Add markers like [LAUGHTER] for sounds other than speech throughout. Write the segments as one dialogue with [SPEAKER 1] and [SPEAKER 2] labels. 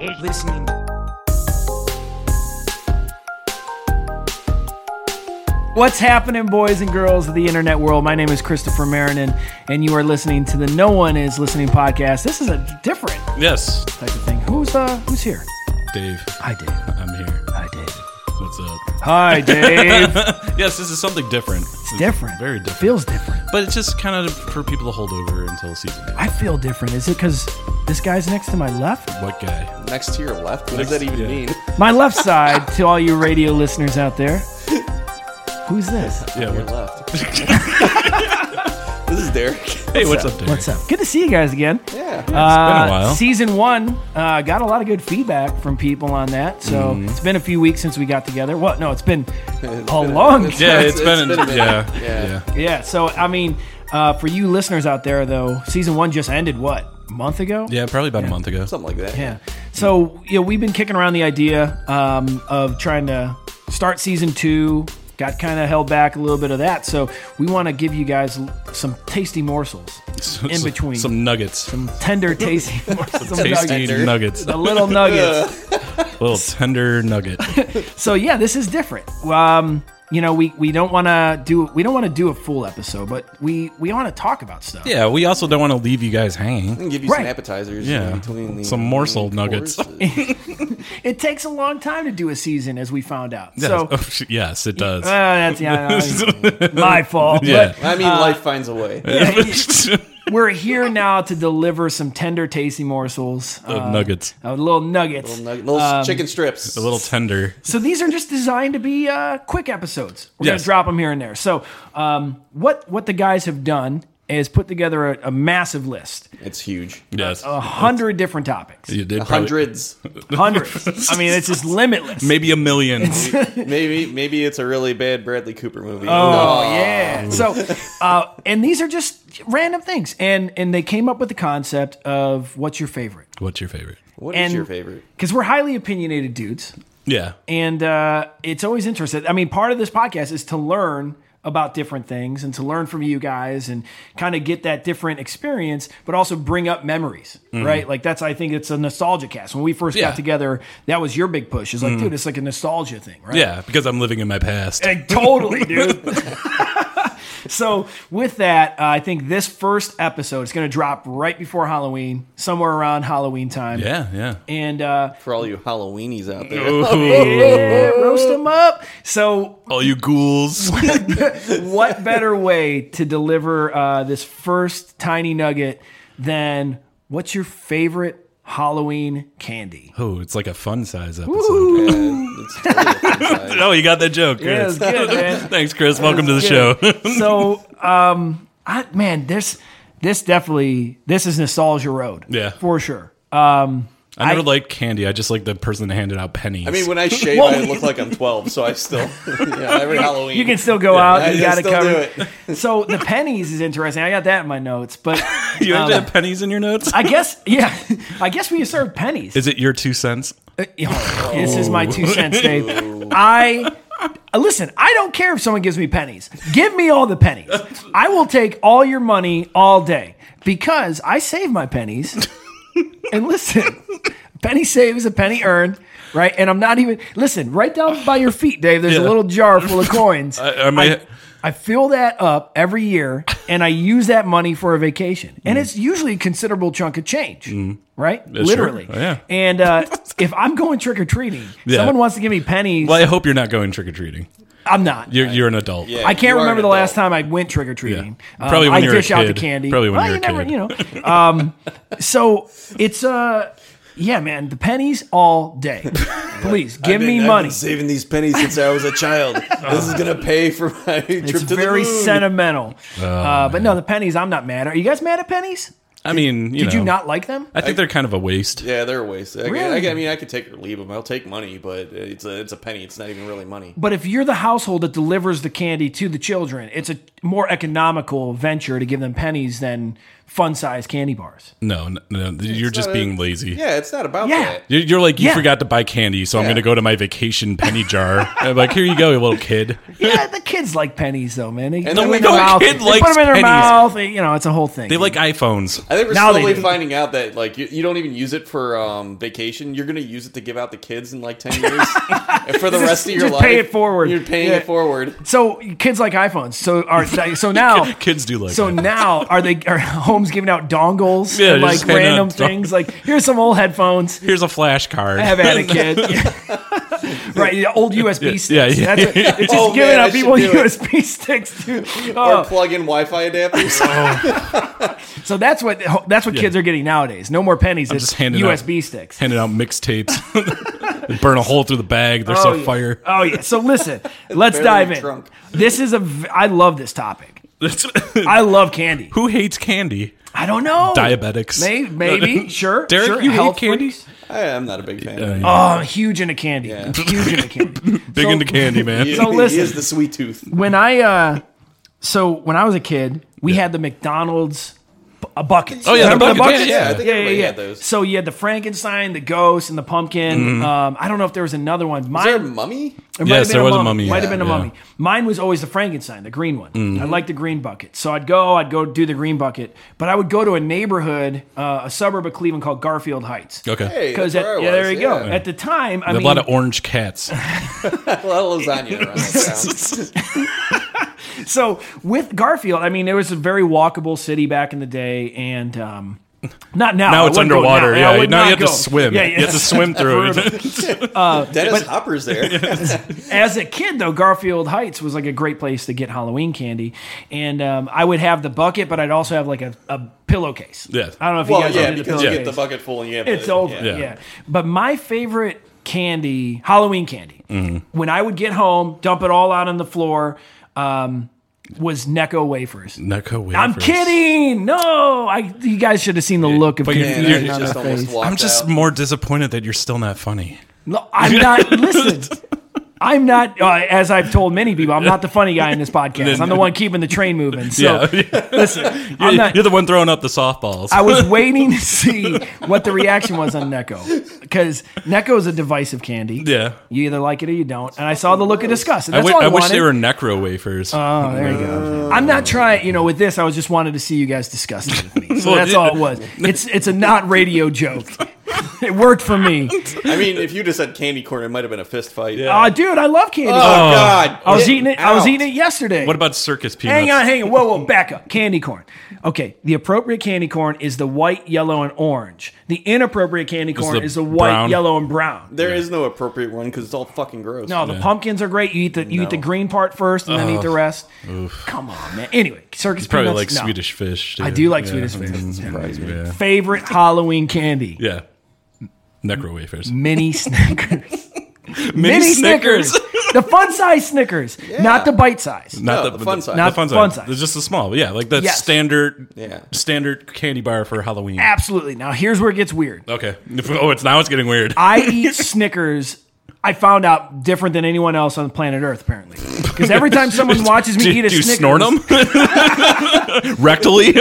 [SPEAKER 1] is listening. What's happening, boys and girls of the internet world? My name is Christopher Marinan, and you are listening to the No One Is Listening podcast. This is a different
[SPEAKER 2] Yes,
[SPEAKER 1] type of thing. Who's uh who's here?
[SPEAKER 2] Dave,
[SPEAKER 1] Hi Dave.
[SPEAKER 2] I'm here.
[SPEAKER 1] Hi Dave.
[SPEAKER 2] What's
[SPEAKER 1] [LAUGHS]
[SPEAKER 2] up?
[SPEAKER 1] Hi Dave.
[SPEAKER 2] yes, this is something different. It's,
[SPEAKER 1] different.
[SPEAKER 2] Very different.
[SPEAKER 1] Feels different.
[SPEAKER 2] but it's just kind of for people to hold over until season two.
[SPEAKER 1] I feel different. Is it because this guy's next to my left?
[SPEAKER 2] What guy?
[SPEAKER 3] Next to your left? What does
[SPEAKER 2] Next-
[SPEAKER 3] that even
[SPEAKER 2] yeah.
[SPEAKER 3] mean?
[SPEAKER 1] My left side to all you radio listeners out there. Who's this?
[SPEAKER 2] Yeah.
[SPEAKER 3] Your
[SPEAKER 2] What,
[SPEAKER 3] left. [LAUGHS] this is Derek.
[SPEAKER 2] hey, what's up, Dave?
[SPEAKER 1] What's up? Good to see you guys again.
[SPEAKER 3] [LAUGHS] Yeah.
[SPEAKER 2] been a
[SPEAKER 1] Uh,
[SPEAKER 2] while.
[SPEAKER 1] Season one uh, got a lot of good feedback from people on that. So
[SPEAKER 2] Mm-hmm.
[SPEAKER 1] it's been a few weeks since we got together. What? No, [LAUGHS] it's been a long time.
[SPEAKER 2] yeah,
[SPEAKER 3] It's-
[SPEAKER 2] it's been,
[SPEAKER 3] it's been a minute.
[SPEAKER 2] yeah, yeah,
[SPEAKER 3] Yeah.
[SPEAKER 1] Yeah. So I mean, uh, for you listeners out there, though, season one just ended. What? A month ago?
[SPEAKER 2] yeah, probably about a month ago.
[SPEAKER 3] Something like that.
[SPEAKER 1] Yeah. So you know, we've been kicking around the idea um, of trying to start season two. Got kind of held back a little bit of that, so we want to give you guys l- some tasty
[SPEAKER 2] [LAUGHS]
[SPEAKER 1] morsels, [LAUGHS]
[SPEAKER 2] Some-
[SPEAKER 1] in
[SPEAKER 2] some-
[SPEAKER 1] between.
[SPEAKER 2] some nuggets, some [LAUGHS]
[SPEAKER 1] tender, tasty, morsels, some
[SPEAKER 2] tasty
[SPEAKER 1] nuggets.
[SPEAKER 3] nuggets.
[SPEAKER 2] nuggets,
[SPEAKER 1] the little nuggets.
[SPEAKER 2] little
[SPEAKER 1] [LAUGHS]
[SPEAKER 2] tender nugget.
[SPEAKER 1] So yeah, this is different. Um, you know, we, we don't want to do we don't want to do a full episode, but we we want to talk about stuff.
[SPEAKER 2] Yeah, we also don't want to leave you guys hanging.
[SPEAKER 3] Can give you
[SPEAKER 1] Right.
[SPEAKER 3] some appetizers
[SPEAKER 2] Yeah.
[SPEAKER 3] in between the
[SPEAKER 2] Some morsel nuggets.
[SPEAKER 3] courses.
[SPEAKER 1] It takes a long time to do a season, as we found out. So uh,
[SPEAKER 2] Yes, Oh, yes it does.
[SPEAKER 1] that's yeah, uh, my fault.
[SPEAKER 2] [LAUGHS] yeah.
[SPEAKER 3] I mean, life finds a way.
[SPEAKER 2] [LAUGHS]
[SPEAKER 1] But we're here now to deliver some tender, tasty morsels, uh,
[SPEAKER 2] nuggets,
[SPEAKER 1] uh, little nuggets.
[SPEAKER 3] Little nugget- Little chicken strips.
[SPEAKER 2] a little tender.
[SPEAKER 1] So these are just designed to be uh, quick episodes. We're gonna
[SPEAKER 2] Yes.
[SPEAKER 1] drop them here and there. So um, what what the guys have done is put together a, a massive list,
[SPEAKER 3] It's huge.
[SPEAKER 2] Yes,
[SPEAKER 1] a hundred different topics.
[SPEAKER 2] you did probably-
[SPEAKER 3] Hundreds. [LAUGHS]
[SPEAKER 1] hundreds. I mean, it's just limitless.
[SPEAKER 2] maybe a million.
[SPEAKER 3] maybe maybe it's a really bad Bradley Cooper movie.
[SPEAKER 1] Oh yeah. So, uh, and these are just random things, and and they came up with the concept of what's your favorite,
[SPEAKER 2] What's your favorite?
[SPEAKER 3] What is
[SPEAKER 1] and
[SPEAKER 3] your favorite?
[SPEAKER 1] because we're highly opinionated dudes,
[SPEAKER 2] Yeah,
[SPEAKER 1] and uh, it's always interesting. I mean, part of this podcast is to learn about different things and to learn from you guys and kind of get that different experience but also bring up memories right like that's i think it's a nostalgia cast when we first
[SPEAKER 2] Mm-hmm. Yeah. Mm.
[SPEAKER 1] got together that was your big push it's like dude it's like a nostalgia thing right
[SPEAKER 2] yeah, because I'm living in my past.
[SPEAKER 1] Like, [LAUGHS] totally, dude. so with that, uh, I think this first episode is going to drop right before Halloween, somewhere around Halloween time.
[SPEAKER 2] Yeah, yeah.
[SPEAKER 1] And uh,
[SPEAKER 3] For all you Halloweenies out there.
[SPEAKER 1] yeah, roast them up. So,
[SPEAKER 2] [LAUGHS] All you ghouls.
[SPEAKER 1] what better way to deliver uh, this first tiny nugget than what's your favorite Halloween candy?
[SPEAKER 2] [LAUGHS] oh, it's like a fun size episode.
[SPEAKER 3] Yeah,
[SPEAKER 2] [LAUGHS]
[SPEAKER 3] it's totally a fun size.
[SPEAKER 2] Oh, you got that joke,
[SPEAKER 1] Yeah, it was
[SPEAKER 2] Chris. [LAUGHS]
[SPEAKER 1] good, man.
[SPEAKER 2] Thanks, Chris. Welcome to the show.
[SPEAKER 1] [LAUGHS] so um I, man this this definitely this is nostalgia road
[SPEAKER 2] Yeah.
[SPEAKER 1] for sure um
[SPEAKER 2] [LAUGHS] I never liked candy. I just like the person that handed out pennies.
[SPEAKER 3] I mean,
[SPEAKER 2] [LAUGHS]
[SPEAKER 3] when I shave, I look like I'm 12, so I still. [LAUGHS] Yeah, every Halloween.
[SPEAKER 1] you can still go out
[SPEAKER 3] I
[SPEAKER 1] you
[SPEAKER 3] can
[SPEAKER 1] got it
[SPEAKER 3] still do
[SPEAKER 1] covered [LAUGHS] so the pennies is interesting i got that in my notes but
[SPEAKER 2] you had
[SPEAKER 3] um,
[SPEAKER 2] to have pennies in your notes.
[SPEAKER 1] i guess [LAUGHS] yeah i guess we serve pennies [LAUGHS] Oh,
[SPEAKER 2] Is it your two cents?
[SPEAKER 1] this is my two cents
[SPEAKER 2] [LAUGHS]
[SPEAKER 1] dave i uh, Listen, I don't care if someone gives me pennies. Give me all the
[SPEAKER 2] [LAUGHS]
[SPEAKER 1] pennies. I will take all your money all day because I save my
[SPEAKER 2] [LAUGHS]
[SPEAKER 1] pennies. And listen, penny saved is a penny earned, right? And I'm not even listen. Right down by your feet, Dave. There's a
[SPEAKER 2] Yeah.
[SPEAKER 1] little jar full of coins.
[SPEAKER 2] [LAUGHS] I, I might.
[SPEAKER 1] I fill that up every year and I use that money for a vacation.
[SPEAKER 2] Mm.
[SPEAKER 1] And it's usually a considerable chunk of change, right? Literally.
[SPEAKER 2] Mm-hmm. Oh, yeah.
[SPEAKER 1] And uh, if I'm going trick or treating,
[SPEAKER 2] [LAUGHS] Yeah.
[SPEAKER 1] someone wants to give me pennies,
[SPEAKER 2] well, I hope you're not going trick or treating.
[SPEAKER 1] I'm not.
[SPEAKER 2] You're, you're an adult.
[SPEAKER 3] Yeah,
[SPEAKER 1] I
[SPEAKER 3] you
[SPEAKER 1] can't
[SPEAKER 3] are an
[SPEAKER 1] remember the last time
[SPEAKER 3] adult.
[SPEAKER 1] I went trick or treating.
[SPEAKER 2] Yeah. Probably when
[SPEAKER 1] I
[SPEAKER 2] you were a
[SPEAKER 1] dish out the
[SPEAKER 2] kid.
[SPEAKER 1] candy.
[SPEAKER 2] Probably when
[SPEAKER 1] well,
[SPEAKER 2] you were a
[SPEAKER 1] never,
[SPEAKER 2] kid.
[SPEAKER 1] You know. Um, so it's uh, yeah, man. The pennies all day.
[SPEAKER 2] [LAUGHS]
[SPEAKER 1] Please give
[SPEAKER 3] I've been-
[SPEAKER 1] me
[SPEAKER 3] I've been
[SPEAKER 1] money.
[SPEAKER 3] saving these pennies since I was
[SPEAKER 1] [LAUGHS]
[SPEAKER 3] a child. this is gonna pay for my [LAUGHS] trip
[SPEAKER 1] It's
[SPEAKER 3] to
[SPEAKER 1] very
[SPEAKER 3] the moon.
[SPEAKER 1] sentimental.
[SPEAKER 2] Oh,
[SPEAKER 1] uh, but no, the pennies. I'm not mad. Are you guys mad at pennies?
[SPEAKER 2] I mean, you
[SPEAKER 1] Did
[SPEAKER 2] know,
[SPEAKER 1] you not like them?
[SPEAKER 2] I think they're kind of a waste.
[SPEAKER 3] yeah, they're a waste. I, I-
[SPEAKER 1] Really?
[SPEAKER 3] I, mean, I could take or leave them. I'll take money, but it's a it's a penny. It's not even really money.
[SPEAKER 1] [LAUGHS] But if you're the household that delivers the candy to the children, it's a more economical venture to give them pennies than fun size candy
[SPEAKER 2] [LAUGHS]
[SPEAKER 1] bars.
[SPEAKER 2] No, no, no you're just
[SPEAKER 3] not a-
[SPEAKER 2] being lazy.
[SPEAKER 3] Yeah, it's not about
[SPEAKER 1] Yeah.
[SPEAKER 3] that.
[SPEAKER 2] You're you're like, you
[SPEAKER 1] Yeah.
[SPEAKER 2] forgot to buy candy, so I'm
[SPEAKER 3] Yeah.
[SPEAKER 2] going to go to my vacation penny jar. [LAUGHS] I'm like, here you go, you little kid.
[SPEAKER 1] Yeah, the kids like pennies though, man. They,
[SPEAKER 3] the
[SPEAKER 1] put them in
[SPEAKER 3] little
[SPEAKER 1] their mouth.
[SPEAKER 2] kid
[SPEAKER 1] They put
[SPEAKER 2] likes
[SPEAKER 1] them in their
[SPEAKER 2] pennies.
[SPEAKER 1] mouth. they- You know, it's a whole thing.
[SPEAKER 2] They like iPhones.
[SPEAKER 3] I think we're
[SPEAKER 1] Now they
[SPEAKER 3] slowly
[SPEAKER 1] do.
[SPEAKER 3] finding out that like you, you don't even use it for um, vacation. You're going to use it to give out to kids in like ten
[SPEAKER 1] [LAUGHS]
[SPEAKER 3] years And for the rest of your
[SPEAKER 1] just
[SPEAKER 3] life.
[SPEAKER 1] pay it forward.
[SPEAKER 3] You're paying
[SPEAKER 1] Yeah.
[SPEAKER 3] it forward.
[SPEAKER 1] so kids like iPhones. So are
[SPEAKER 2] [LAUGHS]
[SPEAKER 1] so now
[SPEAKER 2] Kids do like
[SPEAKER 1] So
[SPEAKER 2] that.
[SPEAKER 1] now are they are homes giving out dongles
[SPEAKER 2] Yeah,
[SPEAKER 1] and like
[SPEAKER 2] just hand
[SPEAKER 1] random
[SPEAKER 2] out dong-
[SPEAKER 1] things? Like here's some old headphones.
[SPEAKER 2] Here's a flash card.
[SPEAKER 1] I have
[SPEAKER 2] [LAUGHS]
[SPEAKER 1] had a kid. right, the old USB sticks.
[SPEAKER 2] yeah, yeah.
[SPEAKER 1] That's it. It's just
[SPEAKER 3] Oh,
[SPEAKER 1] giving
[SPEAKER 3] man, I
[SPEAKER 1] out
[SPEAKER 3] should
[SPEAKER 1] people
[SPEAKER 3] do it.
[SPEAKER 1] USB sticks, dude.
[SPEAKER 3] Or
[SPEAKER 1] Oh,
[SPEAKER 3] plug in
[SPEAKER 1] [LAUGHS]
[SPEAKER 3] Wi-Fi adapters.
[SPEAKER 1] so that's what that's what kids are getting nowadays. No more pennies. it's
[SPEAKER 2] just handing out-
[SPEAKER 1] USB sticks.
[SPEAKER 2] handing out mixtapes. [LAUGHS] They burn a hole through the bag. They're so
[SPEAKER 1] yeah.
[SPEAKER 2] fire.
[SPEAKER 1] Oh yeah. So
[SPEAKER 2] [LAUGHS]
[SPEAKER 1] listen, let's
[SPEAKER 3] barely
[SPEAKER 1] dive in.
[SPEAKER 3] drunk.
[SPEAKER 1] This is a. v- I love this topic. [LAUGHS] I love candy.
[SPEAKER 2] Who hates candy?
[SPEAKER 1] I don't know.
[SPEAKER 2] Diabetics.
[SPEAKER 1] Maybe,
[SPEAKER 2] [LAUGHS]
[SPEAKER 1] maybe sure.
[SPEAKER 2] Derek,
[SPEAKER 1] sure.
[SPEAKER 2] you hate
[SPEAKER 1] Health
[SPEAKER 2] candy?
[SPEAKER 1] freaks.
[SPEAKER 3] I am not a big fan.
[SPEAKER 1] Oh,
[SPEAKER 2] Uh,
[SPEAKER 1] I'm huge into candy. [LAUGHS]
[SPEAKER 3] Yeah.
[SPEAKER 1] Huge into candy.
[SPEAKER 2] [LAUGHS] Big
[SPEAKER 1] So-
[SPEAKER 2] into candy, man.
[SPEAKER 1] [LAUGHS]
[SPEAKER 3] He-
[SPEAKER 1] So
[SPEAKER 3] he
[SPEAKER 1] listen.
[SPEAKER 3] is the sweet tooth.
[SPEAKER 1] when I uh, so when I was a kid, we had the McDonald's bu- uh, buckets.
[SPEAKER 2] Oh, yeah, the
[SPEAKER 1] Remember
[SPEAKER 2] buckets. Yeah,
[SPEAKER 3] I think
[SPEAKER 1] yeah, yeah,
[SPEAKER 3] everybody
[SPEAKER 1] yeah.
[SPEAKER 3] had those.
[SPEAKER 1] So you had the Frankenstein, the ghost, and the pumpkin.
[SPEAKER 2] Mm-hmm.
[SPEAKER 1] Um, I don't know if there was another one.
[SPEAKER 3] Is there a
[SPEAKER 1] Mine,
[SPEAKER 3] mummy?
[SPEAKER 1] it might
[SPEAKER 2] Yes,
[SPEAKER 1] have been
[SPEAKER 2] there was a mummy.
[SPEAKER 1] Might have
[SPEAKER 2] Yeah,
[SPEAKER 1] been a
[SPEAKER 2] yeah. Mm-hmm.
[SPEAKER 1] mummy. Mine was always the Frankenstein, the green one. I liked the green bucket, so I'd go, I'd go do the green bucket, but I would go to a neighborhood, uh, a suburb of Cleveland called Garfield Heights.
[SPEAKER 2] [LAUGHS] Okay.
[SPEAKER 3] Hey,
[SPEAKER 1] Because
[SPEAKER 3] that's where I
[SPEAKER 1] yeah, there
[SPEAKER 3] was,
[SPEAKER 1] you go.
[SPEAKER 3] yeah.
[SPEAKER 1] At the time, I mean,
[SPEAKER 2] They have a lot of orange cats.
[SPEAKER 3] A lot of lasagna [LAUGHS] around that town.
[SPEAKER 1] so with Garfield, I mean, it was a very walkable city back in the day, and um, not now.
[SPEAKER 2] Now
[SPEAKER 1] I
[SPEAKER 2] it's
[SPEAKER 1] wouldn't go
[SPEAKER 2] underwater.
[SPEAKER 1] now. I
[SPEAKER 2] yeah,
[SPEAKER 1] would
[SPEAKER 2] now
[SPEAKER 1] not
[SPEAKER 2] you have
[SPEAKER 1] go.
[SPEAKER 2] to swim.
[SPEAKER 1] Yeah, yeah.
[SPEAKER 2] You have
[SPEAKER 1] [LAUGHS]
[SPEAKER 2] to swim through it.
[SPEAKER 3] Dennis Hopper's [LAUGHS] there.
[SPEAKER 1] As a kid, though, Garfield Heights was like a great place to get Halloween candy, and um, I would have the bucket, but I'd also have like a, a pillowcase.
[SPEAKER 2] Yes.
[SPEAKER 1] I don't know if you
[SPEAKER 3] well,
[SPEAKER 1] guys
[SPEAKER 3] yeah,
[SPEAKER 1] ever did
[SPEAKER 3] because
[SPEAKER 1] the
[SPEAKER 3] you
[SPEAKER 1] pillowcase.
[SPEAKER 3] get the bucket full and you have
[SPEAKER 1] It's
[SPEAKER 3] the,
[SPEAKER 1] over.
[SPEAKER 3] Yeah.
[SPEAKER 1] Yeah. But my favorite candy, Halloween candy,
[SPEAKER 2] Mm-hmm.
[SPEAKER 1] when I would get home, dump it all out on the floor, um, was Necco wafers.
[SPEAKER 2] Necco wafers.
[SPEAKER 1] I'm kidding. No, I. You guys should have seen the look of
[SPEAKER 2] But you're-
[SPEAKER 1] confusion
[SPEAKER 3] And I
[SPEAKER 2] you're-
[SPEAKER 1] on
[SPEAKER 3] just
[SPEAKER 1] their
[SPEAKER 3] almost
[SPEAKER 1] face.
[SPEAKER 3] walked
[SPEAKER 2] I'm just
[SPEAKER 3] out.
[SPEAKER 2] more disappointed that you're still not funny.
[SPEAKER 1] No, I'm not. Listen. I'm not, uh, as I've told many people, I'm not the funny guy in this podcast. I'm the one keeping the train moving. So [LAUGHS]
[SPEAKER 2] yeah.
[SPEAKER 1] listen, I'm
[SPEAKER 2] You're-
[SPEAKER 1] not.
[SPEAKER 2] you're the one throwing up the softballs.
[SPEAKER 1] I was waiting to see what the reaction was on Necco because Necco is a divisive candy.
[SPEAKER 2] [LAUGHS] yeah.
[SPEAKER 1] You either like it or you don't. And I saw the look of disgust. And
[SPEAKER 2] I
[SPEAKER 1] that's
[SPEAKER 2] wi-
[SPEAKER 1] all I,
[SPEAKER 2] I wish
[SPEAKER 1] wanted.
[SPEAKER 2] they were necro wafers.
[SPEAKER 1] Oh, there you go. I'm not trying. You know, with this, I was just wanted to see you guys discuss it with me. So
[SPEAKER 2] [LAUGHS] Well,
[SPEAKER 1] that's
[SPEAKER 2] yeah.
[SPEAKER 1] all it was. It's it's a not radio joke. It worked for
[SPEAKER 2] [LAUGHS]
[SPEAKER 1] me.
[SPEAKER 3] I mean, if you just had candy corn, it might have been a fist fight.
[SPEAKER 1] Oh, dude, I love candy.
[SPEAKER 3] Oh, God!
[SPEAKER 1] I was
[SPEAKER 3] Get
[SPEAKER 1] eating it. I was
[SPEAKER 3] out.
[SPEAKER 1] eating it yesterday.
[SPEAKER 2] what about circus peanuts?
[SPEAKER 1] Hang on, hang on. Whoa, whoa, back up. Candy corn. Okay, the appropriate candy corn is the white, yellow, and orange. The inappropriate candy corn
[SPEAKER 2] the
[SPEAKER 1] is the white,
[SPEAKER 2] brown.
[SPEAKER 1] yellow, and brown.
[SPEAKER 3] There is no appropriate one because it's all fucking gross.
[SPEAKER 1] No, the pumpkins are great. You eat the you eat the
[SPEAKER 3] No.
[SPEAKER 1] green part first, and then eat the rest. Come on, man. Anyway, circus
[SPEAKER 2] Probably
[SPEAKER 1] peanuts.
[SPEAKER 2] like
[SPEAKER 1] no.
[SPEAKER 2] Swedish fish.
[SPEAKER 1] I
[SPEAKER 2] dude.
[SPEAKER 1] do like
[SPEAKER 2] Yeah. Mm,
[SPEAKER 1] Swedish fish.
[SPEAKER 2] Yeah.
[SPEAKER 1] Favorite Halloween candy:
[SPEAKER 2] Yeah. Necro wafers.
[SPEAKER 1] [LAUGHS] mini Snickers. mini Snickers. the fun size Snickers, not the bite size.
[SPEAKER 2] [LAUGHS] Not
[SPEAKER 3] No, the fun size.
[SPEAKER 1] Not
[SPEAKER 2] fun
[SPEAKER 1] the fun
[SPEAKER 2] size.
[SPEAKER 1] size.
[SPEAKER 2] It's just the small. Yeah, like the
[SPEAKER 1] Yes.
[SPEAKER 2] standard
[SPEAKER 3] Yeah.
[SPEAKER 2] standard candy bar for Halloween.
[SPEAKER 1] Absolutely. Now here's where it gets weird.
[SPEAKER 2] Okay. [LAUGHS] Oh, it's now it's getting weird. [LAUGHS]
[SPEAKER 1] I eat Snickers. I found out different than anyone else on planet Earth, apparently. Because every time someone watches me
[SPEAKER 2] [LAUGHS] do,
[SPEAKER 1] eat a
[SPEAKER 2] do you
[SPEAKER 1] Snickers, [LAUGHS]
[SPEAKER 2] snort them [LAUGHS] rectally?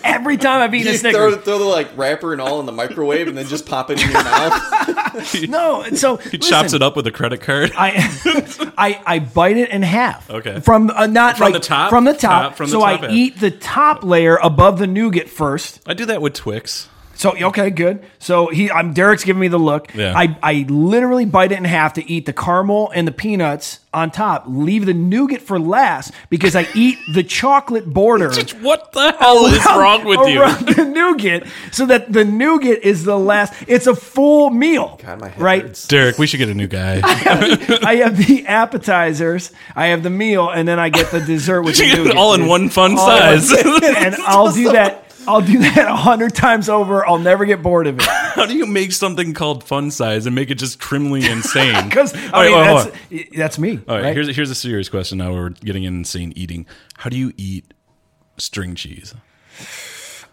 [SPEAKER 2] [LAUGHS]
[SPEAKER 1] every time I've eaten a
[SPEAKER 3] You
[SPEAKER 1] [LAUGHS] Snickers,
[SPEAKER 3] throw, throw the like wrapper and all in the microwave and then just pop it in your
[SPEAKER 1] [LAUGHS]
[SPEAKER 3] mouth.
[SPEAKER 1] no. and So
[SPEAKER 2] he chops it up with a credit card.
[SPEAKER 1] I, I, I bite it in half.
[SPEAKER 2] Okay.
[SPEAKER 1] From uh, not
[SPEAKER 2] From
[SPEAKER 1] like-
[SPEAKER 2] the top?
[SPEAKER 1] From the top.
[SPEAKER 2] Top, from the
[SPEAKER 1] so
[SPEAKER 2] top
[SPEAKER 1] I
[SPEAKER 2] half.
[SPEAKER 1] eat the top layer above the nougat first.
[SPEAKER 2] I do that with Twix.
[SPEAKER 1] So okay, good. So he, I'm Derek's giving me the look.
[SPEAKER 2] Yeah.
[SPEAKER 1] I, I literally bite it in half to eat the caramel and the peanuts on top. Leave the nougat for last because I eat the chocolate border.
[SPEAKER 2] [LAUGHS] What
[SPEAKER 1] [LAUGHS]
[SPEAKER 2] the hell is wrong with you?
[SPEAKER 1] around the nougat so that the nougat is the last. It's a full meal.
[SPEAKER 3] God, my head
[SPEAKER 1] right?
[SPEAKER 3] hurts.
[SPEAKER 2] Derek, we should get a
[SPEAKER 1] [LAUGHS]
[SPEAKER 2] new guy.
[SPEAKER 1] I have the appetizers, I have the meal, and then I get the dessert
[SPEAKER 2] [LAUGHS]
[SPEAKER 1] with the nougat,
[SPEAKER 2] All in
[SPEAKER 1] dude.
[SPEAKER 2] one fun
[SPEAKER 1] All in
[SPEAKER 2] size. [LAUGHS]
[SPEAKER 1] one- and I'll do that. I'll do that a hundred times over. I'll never get bored of it.
[SPEAKER 2] How do you make something called fun size and make it
[SPEAKER 1] [LAUGHS]
[SPEAKER 2] just criminally insane?
[SPEAKER 1] Because
[SPEAKER 2] All
[SPEAKER 1] I
[SPEAKER 2] right,
[SPEAKER 1] mean,
[SPEAKER 2] hold on, hold
[SPEAKER 1] that's,
[SPEAKER 2] on.
[SPEAKER 1] that's me.
[SPEAKER 2] All right,
[SPEAKER 1] right?
[SPEAKER 2] here's here's a serious question. Now we're getting into insane eating. How do you eat string cheese?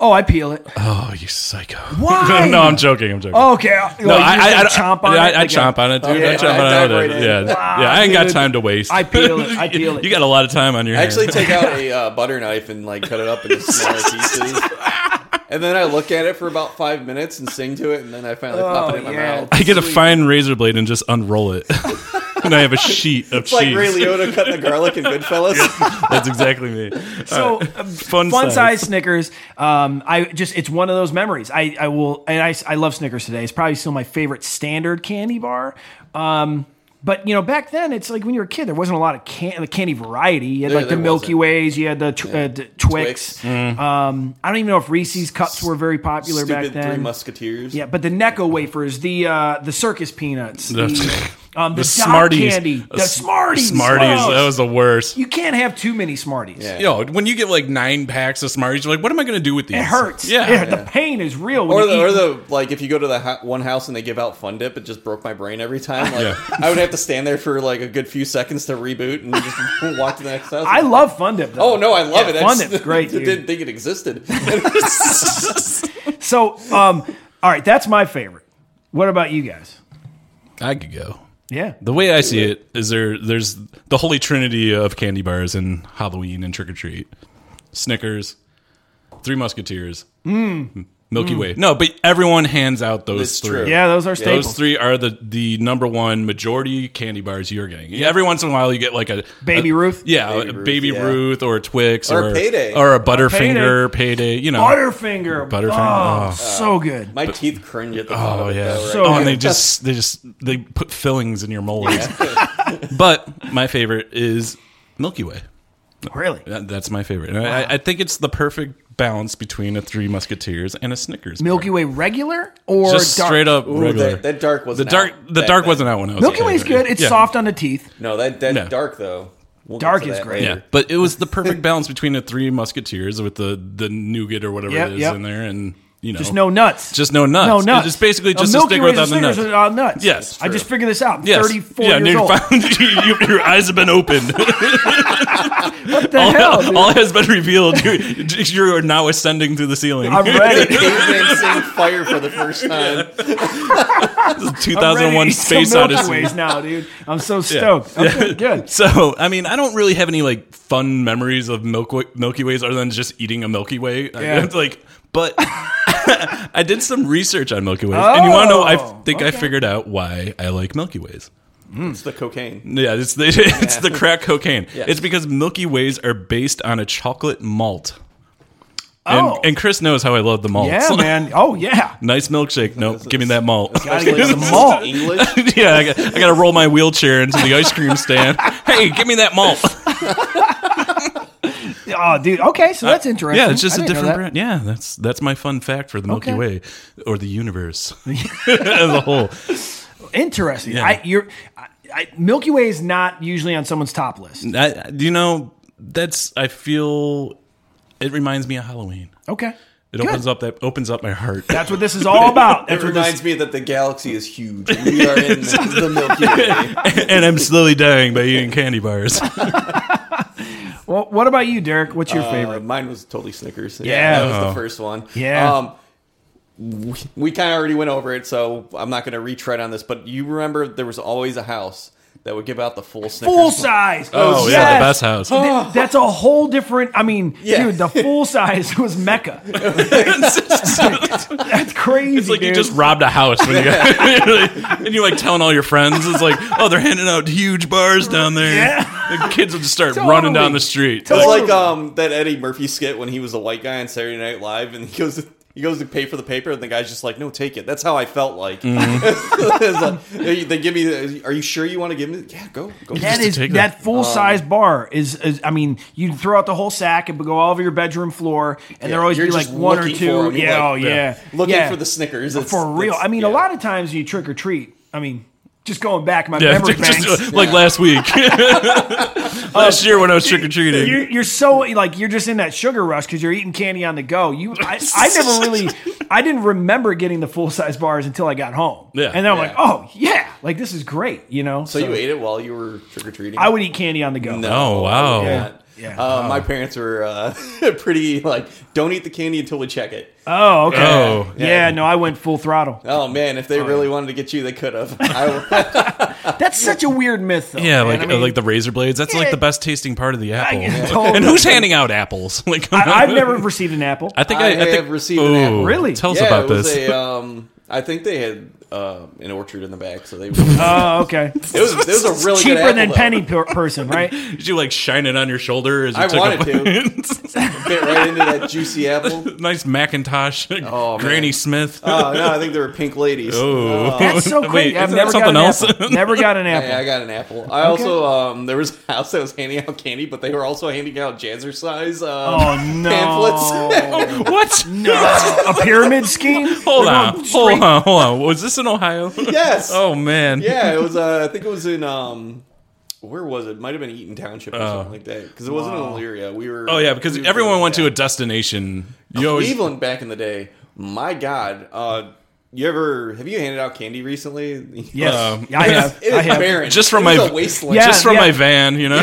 [SPEAKER 1] Oh, I peel it.
[SPEAKER 2] Oh, you psycho.
[SPEAKER 1] Why?
[SPEAKER 2] [LAUGHS] no, I'm joking. I'm joking.
[SPEAKER 1] Okay.
[SPEAKER 2] No,
[SPEAKER 1] like,
[SPEAKER 2] I,
[SPEAKER 1] you just,
[SPEAKER 2] I, I
[SPEAKER 1] like, chomp on
[SPEAKER 2] I,
[SPEAKER 1] it.
[SPEAKER 2] I
[SPEAKER 1] Like,
[SPEAKER 2] chomp on it, dude.
[SPEAKER 3] Okay,
[SPEAKER 2] I chomp
[SPEAKER 3] I
[SPEAKER 2] on
[SPEAKER 3] dive
[SPEAKER 2] it.
[SPEAKER 3] right in.
[SPEAKER 2] yeah, yeah. I ain't got
[SPEAKER 1] dude.
[SPEAKER 2] time to waste.
[SPEAKER 1] I peel it. I
[SPEAKER 2] [LAUGHS]
[SPEAKER 1] peel it.
[SPEAKER 2] you got a lot of time on your
[SPEAKER 3] I
[SPEAKER 2] hands.
[SPEAKER 3] actually take out a uh, butter knife and like cut it up into
[SPEAKER 1] [LAUGHS]
[SPEAKER 3] smaller pieces. And then I look at it for about five minutes and sing to it, and then I finally pop
[SPEAKER 1] Oh,
[SPEAKER 3] it in my
[SPEAKER 1] yeah.
[SPEAKER 3] mouth.
[SPEAKER 2] I get a fine razor blade and just unroll
[SPEAKER 3] [LAUGHS]
[SPEAKER 2] it, and I have a sheet of
[SPEAKER 3] It's like
[SPEAKER 2] cheese.
[SPEAKER 3] Ray
[SPEAKER 2] [LAUGHS]
[SPEAKER 3] Liotta cutting the garlic [LAUGHS] in Goodfellas.
[SPEAKER 2] That's exactly me.
[SPEAKER 1] So
[SPEAKER 2] fun,
[SPEAKER 1] fun
[SPEAKER 2] size.
[SPEAKER 1] size Snickers. Um, I just it's one of those memories. I I will and I I love Snickers today. It's probably still my favorite standard candy bar. Um, but you know, back then it's like when you were a kid, there wasn't a lot of can- the candy variety. You had
[SPEAKER 3] There-
[SPEAKER 1] like the
[SPEAKER 3] there
[SPEAKER 1] Milky
[SPEAKER 3] wasn't.
[SPEAKER 1] Ways, you had the, tw- uh, the Twix. Um, I don't even know if Reese's cups were very popular
[SPEAKER 3] Stupid
[SPEAKER 1] back
[SPEAKER 3] Three
[SPEAKER 1] then.
[SPEAKER 3] Musketeers.
[SPEAKER 1] yeah, but the Necco wafers, the uh, the circus peanuts, the, um, the, dot
[SPEAKER 2] Smarties.
[SPEAKER 1] candy,
[SPEAKER 2] A
[SPEAKER 1] the
[SPEAKER 2] s-
[SPEAKER 1] Smarties,
[SPEAKER 2] Smarties.
[SPEAKER 1] Oh,
[SPEAKER 2] That was the worst.
[SPEAKER 1] you can't have too many Smarties.
[SPEAKER 3] Yeah.
[SPEAKER 2] Yo, when you get like nine packs of Smarties, you're like, what am I going to do with these?
[SPEAKER 1] It hurts.
[SPEAKER 2] Yeah.
[SPEAKER 1] It- the pain is real. When
[SPEAKER 3] Or
[SPEAKER 1] you
[SPEAKER 3] the,
[SPEAKER 1] eat-
[SPEAKER 3] or the like, if you go to the ho- one house and they give out Fun Dip, it just broke my brain every time. Like,
[SPEAKER 2] Yeah.
[SPEAKER 3] I would have to stand there for like a good few seconds to reboot and just [LAUGHS] walk to the next house.
[SPEAKER 1] I love Fun Dip. Though.
[SPEAKER 3] Oh no, I love
[SPEAKER 1] Yeah,
[SPEAKER 3] it. I
[SPEAKER 1] Fun
[SPEAKER 3] just
[SPEAKER 1] Dip's great. dude.
[SPEAKER 3] [LAUGHS] Didn't think it existed. [LAUGHS]
[SPEAKER 1] So, um, all right, that's my favorite. What about you guys?
[SPEAKER 2] I could go.
[SPEAKER 1] Yeah,
[SPEAKER 2] The way I see it is there there's the holy trinity of candy bars and Halloween and trick or treat. Snickers, Three Musketeers,
[SPEAKER 1] Mm.
[SPEAKER 2] Milky Way. No, but everyone hands out those
[SPEAKER 3] That's
[SPEAKER 2] three.
[SPEAKER 3] true.
[SPEAKER 1] yeah, those are
[SPEAKER 2] Those
[SPEAKER 1] staples.
[SPEAKER 2] three are the, the number one majority candy bars you're getting. Every once in a while, you get like a
[SPEAKER 1] Baby
[SPEAKER 2] a-
[SPEAKER 1] Ruth?
[SPEAKER 2] yeah,
[SPEAKER 3] Baby
[SPEAKER 2] a
[SPEAKER 3] Ruth,
[SPEAKER 2] Baby
[SPEAKER 3] yeah.
[SPEAKER 2] Ruth or a Twix
[SPEAKER 3] Or
[SPEAKER 2] or,
[SPEAKER 3] a Payday.
[SPEAKER 2] or a Butterfinger payday. You know,
[SPEAKER 1] Butterfinger,
[SPEAKER 2] Butterfinger.
[SPEAKER 1] oh, so good.
[SPEAKER 3] My teeth cringe at the thought
[SPEAKER 2] Oh
[SPEAKER 3] of it,
[SPEAKER 2] yeah.
[SPEAKER 3] though, right?
[SPEAKER 1] So-
[SPEAKER 2] oh, and they just they just they put fillings in your molds. but my favorite is Milky Way.
[SPEAKER 1] Really,
[SPEAKER 2] That, that's my favorite. And I, I think it's the perfect balance between a Three Musketeers and a Snickers.
[SPEAKER 1] Milky Way regular or
[SPEAKER 2] just
[SPEAKER 1] dark?
[SPEAKER 2] straight up
[SPEAKER 3] Ooh,
[SPEAKER 2] regular.
[SPEAKER 3] that, that dark
[SPEAKER 2] the
[SPEAKER 3] wasn't
[SPEAKER 2] dark
[SPEAKER 3] out
[SPEAKER 2] the
[SPEAKER 3] back
[SPEAKER 2] dark
[SPEAKER 3] then.
[SPEAKER 2] wasn't out when I was a
[SPEAKER 1] Milky
[SPEAKER 2] kid,
[SPEAKER 1] Way's
[SPEAKER 2] right?
[SPEAKER 1] good. It's
[SPEAKER 2] Yeah.
[SPEAKER 1] soft on the teeth.
[SPEAKER 3] No, that that
[SPEAKER 2] No.
[SPEAKER 3] dark though. We'll get
[SPEAKER 1] Dark
[SPEAKER 3] to
[SPEAKER 1] is
[SPEAKER 3] that
[SPEAKER 1] great.
[SPEAKER 2] [LAUGHS] Yeah,
[SPEAKER 3] later.
[SPEAKER 2] but it was
[SPEAKER 1] [LAUGHS]
[SPEAKER 2] the perfect balance between the Three Musketeers with the the nougat or whatever
[SPEAKER 1] Yep,
[SPEAKER 2] it is
[SPEAKER 1] yep.
[SPEAKER 2] in there, and you know,
[SPEAKER 1] Just no nuts.
[SPEAKER 2] just no nuts.
[SPEAKER 1] No nuts.
[SPEAKER 2] It's basically
[SPEAKER 1] A
[SPEAKER 2] just a
[SPEAKER 1] Milky
[SPEAKER 2] sticker
[SPEAKER 1] Ways and
[SPEAKER 2] without the
[SPEAKER 1] Snickers
[SPEAKER 2] nuts.
[SPEAKER 1] are all nuts.
[SPEAKER 2] Yes. It's
[SPEAKER 1] I just figured this out. I'm
[SPEAKER 2] Yes.
[SPEAKER 1] 34
[SPEAKER 2] yeah,
[SPEAKER 1] years
[SPEAKER 2] you
[SPEAKER 1] old.
[SPEAKER 2] Found, [LAUGHS] you, your eyes have
[SPEAKER 1] [LAUGHS]
[SPEAKER 2] been opened.
[SPEAKER 1] what the hell?
[SPEAKER 2] all,
[SPEAKER 1] dude?
[SPEAKER 2] all has been revealed. [LAUGHS] You, you are now ascending through the ceiling.
[SPEAKER 1] I'm
[SPEAKER 2] [LAUGHS]
[SPEAKER 1] ready.
[SPEAKER 3] Caveman seeing fire for the first time.
[SPEAKER 1] I'm ready
[SPEAKER 2] 2001
[SPEAKER 1] to eat [LAUGHS] some
[SPEAKER 2] Space
[SPEAKER 1] Milky
[SPEAKER 2] Odyssey.
[SPEAKER 1] Ways now, dude. I'm so stoked. Okay,
[SPEAKER 2] [LAUGHS]
[SPEAKER 1] good.
[SPEAKER 2] So, I mean, I don't really have any like fun memories of Milky, Milky Ways other than just eating a Milky Way.
[SPEAKER 1] Yeah.
[SPEAKER 2] It's like, but [LAUGHS] I did some research on Milky Ways, and you want to know? I
[SPEAKER 1] Oh,
[SPEAKER 2] think I
[SPEAKER 1] okay.
[SPEAKER 2] figured out why I like Milky Ways.
[SPEAKER 3] It's the cocaine.
[SPEAKER 2] Yeah, it's the, [LAUGHS] it's the crack cocaine. It's because Milky Ways are based on a chocolate malt. And,
[SPEAKER 1] Oh.
[SPEAKER 2] and Chris knows how I love the malt.
[SPEAKER 1] Yeah, man. Oh yeah.
[SPEAKER 2] [LAUGHS] Nice milkshake. Nope, give me that malt.
[SPEAKER 1] Gotta
[SPEAKER 3] Actually,
[SPEAKER 1] get
[SPEAKER 3] it's
[SPEAKER 1] some malt.
[SPEAKER 2] [LAUGHS]
[SPEAKER 3] English.
[SPEAKER 2] yeah, I got, I got to roll my wheelchair into the ice cream
[SPEAKER 1] [LAUGHS]
[SPEAKER 2] stand. hey, give me that malt.
[SPEAKER 1] Oh, dude. Okay, so that's interesting.
[SPEAKER 2] Uh, Yeah, it's just
[SPEAKER 1] a
[SPEAKER 2] a different brand. Yeah, that's that's my fun fact for the Milky
[SPEAKER 1] Okay.
[SPEAKER 2] Way or
[SPEAKER 1] [LAUGHS]
[SPEAKER 2] the universe [LAUGHS] as a whole.
[SPEAKER 1] Interesting.
[SPEAKER 2] Yeah.
[SPEAKER 1] I, you're, I, I, Milky Way is not usually on someone's top list.
[SPEAKER 2] I, you know, that's I feel it reminds me of Halloween.
[SPEAKER 1] Okay.
[SPEAKER 2] It
[SPEAKER 1] Good.
[SPEAKER 2] opens up that opens up my heart.
[SPEAKER 1] That's what this is all about.
[SPEAKER 3] [LAUGHS] It
[SPEAKER 1] That's what this,
[SPEAKER 3] reminds me that the galaxy is huge. and We are in the Milky Way.
[SPEAKER 2] [LAUGHS] and I'm slowly dying by eating candy
[SPEAKER 1] [LAUGHS]
[SPEAKER 2] bars.
[SPEAKER 1] well, what about you, Derek? What's your
[SPEAKER 3] Uh,
[SPEAKER 1] favorite?
[SPEAKER 3] mine was totally Snickers.
[SPEAKER 1] Yeah.
[SPEAKER 3] that was
[SPEAKER 2] Oh.
[SPEAKER 3] the first one.
[SPEAKER 1] Yeah.
[SPEAKER 3] Um, we, we kind of already went over it, so I'm not going to retread on this. But you remember there was always a house that would give out the full Snickers.
[SPEAKER 1] Full size.
[SPEAKER 2] Oh yeah, the best house.
[SPEAKER 1] Th- That's a whole different. I mean,
[SPEAKER 3] Yeah.
[SPEAKER 1] dude, the full size was
[SPEAKER 2] [LAUGHS]
[SPEAKER 1] Mecca. [LAUGHS] That's crazy.
[SPEAKER 2] It's like
[SPEAKER 1] dude.
[SPEAKER 2] you just robbed a house
[SPEAKER 1] [LAUGHS]
[SPEAKER 2] when you [LAUGHS] got, and you're like telling all your friends. It's like, oh, they're handing out huge bars down there.
[SPEAKER 1] Yeah.
[SPEAKER 2] The kids will just
[SPEAKER 1] [LAUGHS]
[SPEAKER 2] start
[SPEAKER 1] Totally.
[SPEAKER 2] running down the street.
[SPEAKER 1] Totally.
[SPEAKER 2] Like,
[SPEAKER 3] It's like um that Eddie Murphy skit when he was a white guy on Saturday Night Live, and he goes to, he goes to pay for the paper, and the guy's just like, "No, take it." That's how I felt like. [LAUGHS] It's like, they, they give me. the, Are you sure you want to give me? Yeah, go go.
[SPEAKER 1] That
[SPEAKER 2] to
[SPEAKER 1] is
[SPEAKER 2] take
[SPEAKER 1] that,
[SPEAKER 2] that.
[SPEAKER 1] full size
[SPEAKER 3] Um,
[SPEAKER 1] bar is, is. I mean, you throw out the whole sack and go all over your bedroom floor, and there always
[SPEAKER 3] You're
[SPEAKER 1] be like
[SPEAKER 3] just
[SPEAKER 1] one or
[SPEAKER 3] looking
[SPEAKER 1] two.
[SPEAKER 3] for 'em. You're
[SPEAKER 1] yeah,
[SPEAKER 3] like,
[SPEAKER 1] oh, yeah,
[SPEAKER 3] Looking
[SPEAKER 1] Yeah.
[SPEAKER 3] for the Snickers. It's-
[SPEAKER 1] for real.
[SPEAKER 3] that's-
[SPEAKER 1] I mean, a
[SPEAKER 3] yeah.
[SPEAKER 1] lot of times you trick or treat. I mean, just going back, my
[SPEAKER 2] Yeah,
[SPEAKER 1] memory
[SPEAKER 2] just,
[SPEAKER 1] banks.
[SPEAKER 2] [LAUGHS] just like last week, last year when I was trick or treating.
[SPEAKER 1] you're, you're so like you're just in that sugar rush because you're eating candy on the go. You, I, I never really, I didn't remember getting the full size bars until I got home.
[SPEAKER 2] Yeah.
[SPEAKER 1] and then I'm
[SPEAKER 3] Yeah.
[SPEAKER 1] like, oh yeah, like this is great, you know.
[SPEAKER 3] So you ate it while you were trick or treating.
[SPEAKER 1] I would eat candy on the go.
[SPEAKER 2] Oh wow!
[SPEAKER 3] Yeah.
[SPEAKER 1] Yeah.
[SPEAKER 3] Uh, My parents were uh, [LAUGHS] pretty like, don't eat the candy until we check it.
[SPEAKER 1] Oh, okay.
[SPEAKER 2] Oh.
[SPEAKER 1] yeah, no, I went full throttle.
[SPEAKER 3] Oh man, if they really wanted to get you, they could have.
[SPEAKER 1] [LAUGHS]
[SPEAKER 3] I,
[SPEAKER 1] That's such a weird myth, though.
[SPEAKER 2] Yeah,
[SPEAKER 1] man.
[SPEAKER 2] like
[SPEAKER 1] I mean,
[SPEAKER 2] like the razor blades. That's like
[SPEAKER 1] Yeah.
[SPEAKER 2] the best tasting part of the apple.
[SPEAKER 1] totally.
[SPEAKER 2] [LAUGHS] And who's handing out apples? [LAUGHS] Like come
[SPEAKER 1] [LAUGHS] I, I've
[SPEAKER 2] on.
[SPEAKER 1] never received an apple.
[SPEAKER 2] [LAUGHS] I think I,
[SPEAKER 3] I
[SPEAKER 2] I think,
[SPEAKER 3] have received an apple.
[SPEAKER 1] Really?
[SPEAKER 2] Tell us
[SPEAKER 3] yeah,
[SPEAKER 2] about
[SPEAKER 3] it was
[SPEAKER 2] this. [LAUGHS]
[SPEAKER 3] A, um, I think they had uh, an orchard in the back, so they.
[SPEAKER 1] Oh, okay.
[SPEAKER 3] [LAUGHS] It was, it was
[SPEAKER 1] [LAUGHS]
[SPEAKER 3] a really good
[SPEAKER 1] Cheaper
[SPEAKER 3] apple,
[SPEAKER 1] than
[SPEAKER 3] though.
[SPEAKER 1] penny per- person,
[SPEAKER 2] [LAUGHS]
[SPEAKER 1] right?
[SPEAKER 2] Did you like shine it on your shoulder? As you
[SPEAKER 3] I
[SPEAKER 2] took
[SPEAKER 3] wanted
[SPEAKER 2] to.
[SPEAKER 3] Bit right into that juicy
[SPEAKER 2] [LAUGHS]
[SPEAKER 3] apple.
[SPEAKER 1] [LAUGHS]
[SPEAKER 2] nice Macintosh,
[SPEAKER 3] Oh, man.
[SPEAKER 2] Granny Smith. [LAUGHS]
[SPEAKER 3] Oh no, I think they were pink ladies.
[SPEAKER 2] Oh.
[SPEAKER 1] That's so
[SPEAKER 2] Wait,
[SPEAKER 1] crazy. I've
[SPEAKER 2] isn't
[SPEAKER 1] never
[SPEAKER 2] that something
[SPEAKER 1] got an
[SPEAKER 2] else?
[SPEAKER 1] apple. Never got an apple.
[SPEAKER 3] [LAUGHS] Yeah, I got an apple. I also um, there was a house that was handing out candy, but they were also handing out jazzercise uh, [LAUGHS]
[SPEAKER 1] Oh no!
[SPEAKER 2] [LAUGHS]
[SPEAKER 3] pamphlets. [LAUGHS]
[SPEAKER 2] what?
[SPEAKER 1] No. [LAUGHS] a pyramid scheme?
[SPEAKER 2] [LAUGHS] Hold
[SPEAKER 1] We're
[SPEAKER 2] on,
[SPEAKER 1] going
[SPEAKER 2] hold
[SPEAKER 1] straight-
[SPEAKER 2] on, hold on. Was this in Ohio?
[SPEAKER 3] yes.
[SPEAKER 2] [LAUGHS] Oh man.
[SPEAKER 3] Yeah, it was. Uh, I think it was in um, where was it? Might have been Eaton Township or something like that because it wasn't in Elyria. We were.
[SPEAKER 2] Oh yeah, because
[SPEAKER 3] we were
[SPEAKER 2] everyone
[SPEAKER 3] going
[SPEAKER 2] went to a
[SPEAKER 3] back.
[SPEAKER 2] destination. You always
[SPEAKER 3] Cleveland back in the day. My God, uh, you ever have you handed out candy recently? [LAUGHS]
[SPEAKER 1] Yes,
[SPEAKER 2] Um,
[SPEAKER 1] I have.
[SPEAKER 3] It
[SPEAKER 1] I
[SPEAKER 3] is
[SPEAKER 1] have.
[SPEAKER 3] barren.
[SPEAKER 2] Just from
[SPEAKER 3] It was
[SPEAKER 2] my-
[SPEAKER 3] a wasteland.
[SPEAKER 1] Yeah.
[SPEAKER 2] just from my van, you know.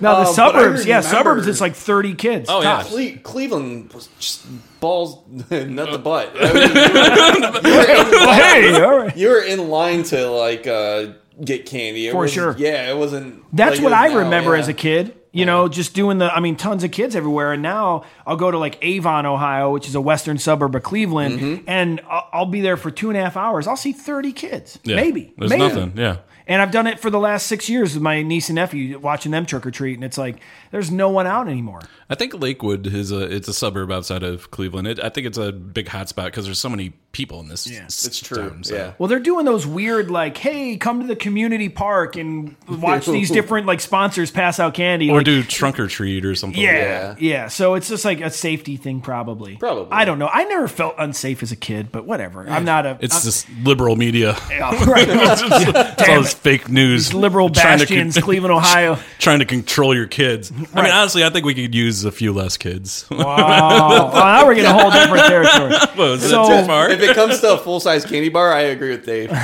[SPEAKER 1] Now the
[SPEAKER 3] Um, but I
[SPEAKER 1] suburbs, yeah,
[SPEAKER 3] remember-
[SPEAKER 1] suburbs. It's like thirty kids.
[SPEAKER 2] Oh, yeah.
[SPEAKER 1] tops.
[SPEAKER 3] Cle- Cleveland was just balls, [LAUGHS] not
[SPEAKER 2] Uh, [LAUGHS]
[SPEAKER 3] the butt. I mean, you, were in
[SPEAKER 1] Well,
[SPEAKER 3] line,
[SPEAKER 1] hey, all right.
[SPEAKER 3] you were in line to like uh, get candy. It
[SPEAKER 1] For
[SPEAKER 3] was-
[SPEAKER 1] sure.
[SPEAKER 3] Yeah, it wasn't.
[SPEAKER 1] That's
[SPEAKER 3] like it
[SPEAKER 1] what
[SPEAKER 3] is
[SPEAKER 1] I
[SPEAKER 3] now,
[SPEAKER 1] remember
[SPEAKER 3] yeah.
[SPEAKER 1] as a kid. You know, just doing the, I mean, tons of kids everywhere. And now I'll go to like Avon, Ohio, which is a western suburb of Cleveland, and I'll, I'll be there for two and a half hours. I'll see 30 kids.
[SPEAKER 2] [LAUGHS] Yeah.
[SPEAKER 1] Maybe.
[SPEAKER 2] There's
[SPEAKER 1] maybe.
[SPEAKER 2] nothing. Yeah.
[SPEAKER 1] And I've done it for the last six years with my niece and nephew, watching them trick or treat. And it's like, there's no one out anymore.
[SPEAKER 2] I think Lakewood is a it's a suburb outside of Cleveland. It, I think it's a big hotspot because there's so many people in this. Yeah,
[SPEAKER 3] It's true. Yeah.
[SPEAKER 1] Well, they're doing those weird, like, hey, come to the community park and watch these different, like, sponsors pass out candy.
[SPEAKER 2] Or
[SPEAKER 1] Like,
[SPEAKER 2] do trunk or treat or something.
[SPEAKER 3] Oh,
[SPEAKER 1] Yeah, yeah. So it's just like a safety thing, probably.
[SPEAKER 3] Probably.
[SPEAKER 1] I don't know. I never felt unsafe as a kid, but whatever. I'm not a.
[SPEAKER 2] It's
[SPEAKER 1] I'm-
[SPEAKER 2] just liberal media.
[SPEAKER 1] yeah, [LAUGHS] right.
[SPEAKER 2] [LAUGHS] it's all this
[SPEAKER 1] it.
[SPEAKER 2] fake news.
[SPEAKER 1] liberal
[SPEAKER 2] trying to con-
[SPEAKER 1] bastions,
[SPEAKER 2] [LAUGHS]
[SPEAKER 1] Cleveland, Ohio.
[SPEAKER 2] trying to control your kids. I
[SPEAKER 1] Right.
[SPEAKER 2] mean, honestly, I think we could use a few less kids. [LAUGHS]
[SPEAKER 1] Oh, well, now we're getting a whole different territory.
[SPEAKER 2] Was
[SPEAKER 1] So-
[SPEAKER 2] that too far?
[SPEAKER 3] If it comes to a
[SPEAKER 2] [LAUGHS]
[SPEAKER 3] full size candy bar, I agree with Dave.
[SPEAKER 1] All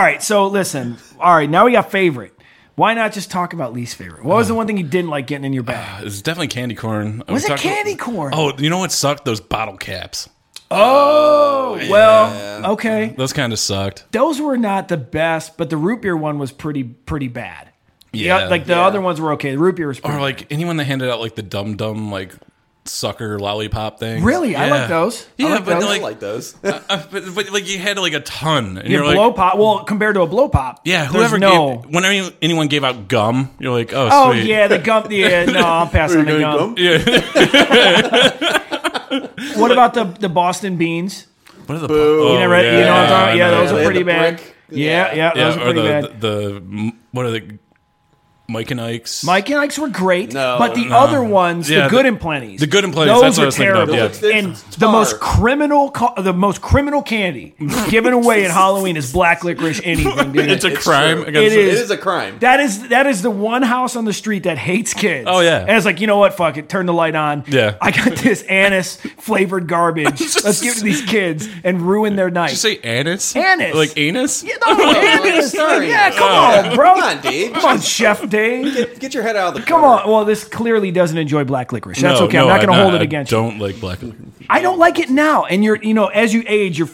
[SPEAKER 1] right, so listen. All right, now we got favorite. Why not just talk about least favorite? What was the
[SPEAKER 2] Uh,
[SPEAKER 1] one thing you didn't like getting in your bag?
[SPEAKER 2] It's definitely candy corn.
[SPEAKER 1] Was it candy corn?
[SPEAKER 2] uh, Oh, you know what sucked? Those bottle caps.
[SPEAKER 1] Oh, well, okay.
[SPEAKER 2] Those kind of sucked.
[SPEAKER 1] Those were not the best, but the root beer one was pretty pretty bad.
[SPEAKER 2] Yeah.
[SPEAKER 1] like the
[SPEAKER 3] Yeah.
[SPEAKER 1] other ones were okay. The root beer was pretty.
[SPEAKER 2] Or like anyone that handed out like the dum dum like sucker lollipop thing.
[SPEAKER 1] Really? I like those. I
[SPEAKER 2] Yeah,
[SPEAKER 1] like
[SPEAKER 2] but
[SPEAKER 1] those.
[SPEAKER 3] I
[SPEAKER 2] like,
[SPEAKER 3] like
[SPEAKER 2] [LAUGHS]
[SPEAKER 3] those.
[SPEAKER 2] uh, but, but like you had like a ton, and
[SPEAKER 1] Yeah,
[SPEAKER 2] you're like,
[SPEAKER 1] blow pop. Well, compared to a blow pop,
[SPEAKER 2] yeah,
[SPEAKER 1] there's
[SPEAKER 2] whoever
[SPEAKER 1] no.
[SPEAKER 2] gave, whenever you- anyone gave out gum, you're like, oh,
[SPEAKER 1] Oh
[SPEAKER 2] sweet.
[SPEAKER 1] yeah, the gum.
[SPEAKER 2] [LAUGHS]
[SPEAKER 1] Yeah, no, I'm passing on the gum. What about the the Boston beans?
[SPEAKER 2] What are the
[SPEAKER 3] Boo.
[SPEAKER 2] oh,
[SPEAKER 1] You never,
[SPEAKER 2] yeah,
[SPEAKER 1] you know what I'm talking about? Yeah,
[SPEAKER 2] I know.
[SPEAKER 1] those
[SPEAKER 3] They
[SPEAKER 1] are
[SPEAKER 3] had
[SPEAKER 1] pretty
[SPEAKER 3] the
[SPEAKER 1] bad.
[SPEAKER 3] brick.
[SPEAKER 1] Yeah, yeah,
[SPEAKER 3] Yeah.
[SPEAKER 1] those are
[SPEAKER 2] Yeah, or
[SPEAKER 1] pretty
[SPEAKER 2] the,
[SPEAKER 1] bad.
[SPEAKER 2] the the what are the Mike and Ike's?
[SPEAKER 1] Mike and Ike's were great,
[SPEAKER 3] No,
[SPEAKER 1] but the other ones,
[SPEAKER 2] Yeah,
[SPEAKER 1] the good
[SPEAKER 2] the-
[SPEAKER 1] and plenties,
[SPEAKER 2] the good and plenties,
[SPEAKER 1] those
[SPEAKER 2] that's what I
[SPEAKER 1] were
[SPEAKER 2] was thinking of,
[SPEAKER 1] terrible.
[SPEAKER 2] yeah.
[SPEAKER 3] It's- it's
[SPEAKER 1] And the most
[SPEAKER 3] tar.
[SPEAKER 1] criminal, co- the most criminal candy given away
[SPEAKER 3] [LAUGHS]
[SPEAKER 1] at Halloween is black licorice. Anything, dude.
[SPEAKER 2] It's a
[SPEAKER 3] It's
[SPEAKER 2] crime
[SPEAKER 3] true.
[SPEAKER 2] against.
[SPEAKER 1] It
[SPEAKER 3] It
[SPEAKER 1] is.
[SPEAKER 3] is a crime.
[SPEAKER 1] That is that is the one house on the street that hates kids.
[SPEAKER 2] Oh, yeah.
[SPEAKER 1] and it's like you know what? Fuck it. Turn the light on.
[SPEAKER 2] Yeah.
[SPEAKER 1] I got this anise flavored
[SPEAKER 2] [LAUGHS]
[SPEAKER 1] garbage. Let's give it to these kids and ruin their night.
[SPEAKER 2] Did you say anus?
[SPEAKER 1] Anise.
[SPEAKER 2] Like anus?
[SPEAKER 1] yeah, no, anise.
[SPEAKER 3] sorry.
[SPEAKER 1] Yeah, come
[SPEAKER 3] Oh.
[SPEAKER 1] on, bro.
[SPEAKER 3] Come on, Dave.
[SPEAKER 1] Come on, Chef Dave.
[SPEAKER 3] Get your head out of the.
[SPEAKER 1] Come on. Well, this clearly doesn't enjoy black licorice. That's
[SPEAKER 2] No,
[SPEAKER 1] okay.
[SPEAKER 2] no,
[SPEAKER 1] I'm not going to hold it
[SPEAKER 2] I
[SPEAKER 1] against you.
[SPEAKER 2] don't like black.
[SPEAKER 1] I don't like it now, and you're you know as you age, your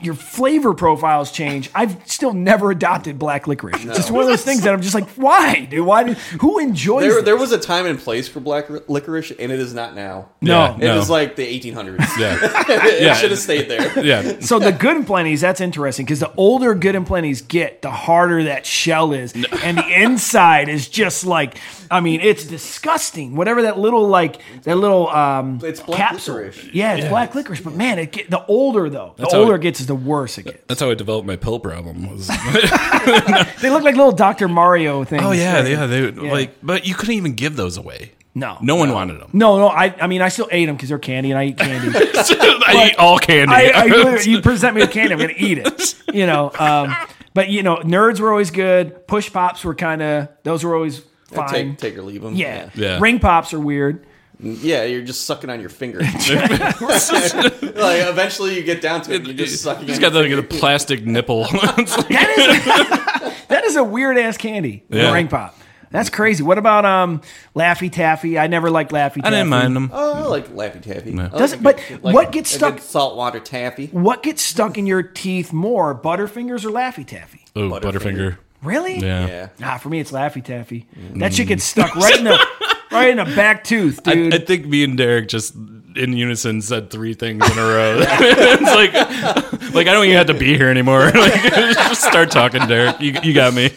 [SPEAKER 1] your flavor profiles change. I've still never adopted black licorice. It's just one of those things that I'm just like, why, dude? Why? Do, who enjoys?
[SPEAKER 3] There,
[SPEAKER 1] this?
[SPEAKER 3] there was a time and place for black r- licorice, and it is not now.
[SPEAKER 1] No.
[SPEAKER 2] Yeah,
[SPEAKER 3] It is like the 1800s.
[SPEAKER 2] yeah,
[SPEAKER 3] [LAUGHS]
[SPEAKER 2] [LAUGHS]
[SPEAKER 3] it
[SPEAKER 2] Yeah.
[SPEAKER 3] should have stayed there.
[SPEAKER 2] yeah.
[SPEAKER 1] So [LAUGHS] the good and plenties, that's interesting because the older good and plenties get, the harder that shell is, [LAUGHS] and the inside is just like, I mean, it's disgusting. Whatever that little like that little um,
[SPEAKER 3] It's black
[SPEAKER 1] capsule.
[SPEAKER 3] licorice.
[SPEAKER 1] Yeah, it's black licorice. But man, it get, the older though, the
[SPEAKER 2] That's how
[SPEAKER 1] older
[SPEAKER 2] it-
[SPEAKER 1] it gets, is the worse it gets.
[SPEAKER 2] That's how I developed my pill problem. Was
[SPEAKER 1] They look like little Doctor Mario things.
[SPEAKER 2] oh yeah,
[SPEAKER 1] right?
[SPEAKER 2] yeah. They like, but you couldn't even give those away.
[SPEAKER 1] No.
[SPEAKER 2] no one wanted [LAUGHS] them.
[SPEAKER 1] No, no. I, I mean, I still ate them because they're candy, and I eat [LAUGHS] candy.
[SPEAKER 2] [LAUGHS] I eat all candy.
[SPEAKER 1] I, I literally-
[SPEAKER 2] [LAUGHS]
[SPEAKER 1] you present me with candy, I'm gonna eat it. You know, um, but you know, nerds were always good. Push pops were kind of those were always fine.
[SPEAKER 3] Take, take or leave them.
[SPEAKER 1] Yeah.
[SPEAKER 2] Yeah.
[SPEAKER 1] Ring pops are weird.
[SPEAKER 3] Yeah, you're just sucking on
[SPEAKER 1] [LAUGHS]
[SPEAKER 3] your finger. [LAUGHS] like eventually you get down to it. and You're just sucking.
[SPEAKER 2] He's
[SPEAKER 3] on
[SPEAKER 2] got
[SPEAKER 3] your
[SPEAKER 2] the, the plastic nipple. [LAUGHS] It's like-
[SPEAKER 1] That is that is a weird ass candy. the
[SPEAKER 2] Yeah.
[SPEAKER 1] Ring pop. That's crazy. What about um Laffy Taffy? I never liked Laffy Taffy.
[SPEAKER 2] I didn't mind them.
[SPEAKER 3] Oh, I like Laffy Taffy. I like
[SPEAKER 1] Does-
[SPEAKER 3] a good-
[SPEAKER 1] but
[SPEAKER 3] like
[SPEAKER 1] what
[SPEAKER 3] a-
[SPEAKER 1] gets
[SPEAKER 3] a
[SPEAKER 1] stuck-
[SPEAKER 3] good saltwater taffy.
[SPEAKER 1] What gets stuck in your teeth more, Butterfingers or Laffy Taffy?
[SPEAKER 2] Oh,
[SPEAKER 3] Butterfinger.
[SPEAKER 2] Butterfinger.
[SPEAKER 1] Really?
[SPEAKER 2] Yeah. Mm.
[SPEAKER 3] Yeah.
[SPEAKER 1] Nah, for me it's Laffy Taffy. That shit gets stuck right in
[SPEAKER 2] [LAUGHS]
[SPEAKER 1] the right in the back tooth, dude.
[SPEAKER 2] I, I think me and Derek just in unison said three things in a row. [LAUGHS] it's like, like [LAUGHS] I don't even have to be here anymore. [LAUGHS] like, just start talking, Derek. You, you got me.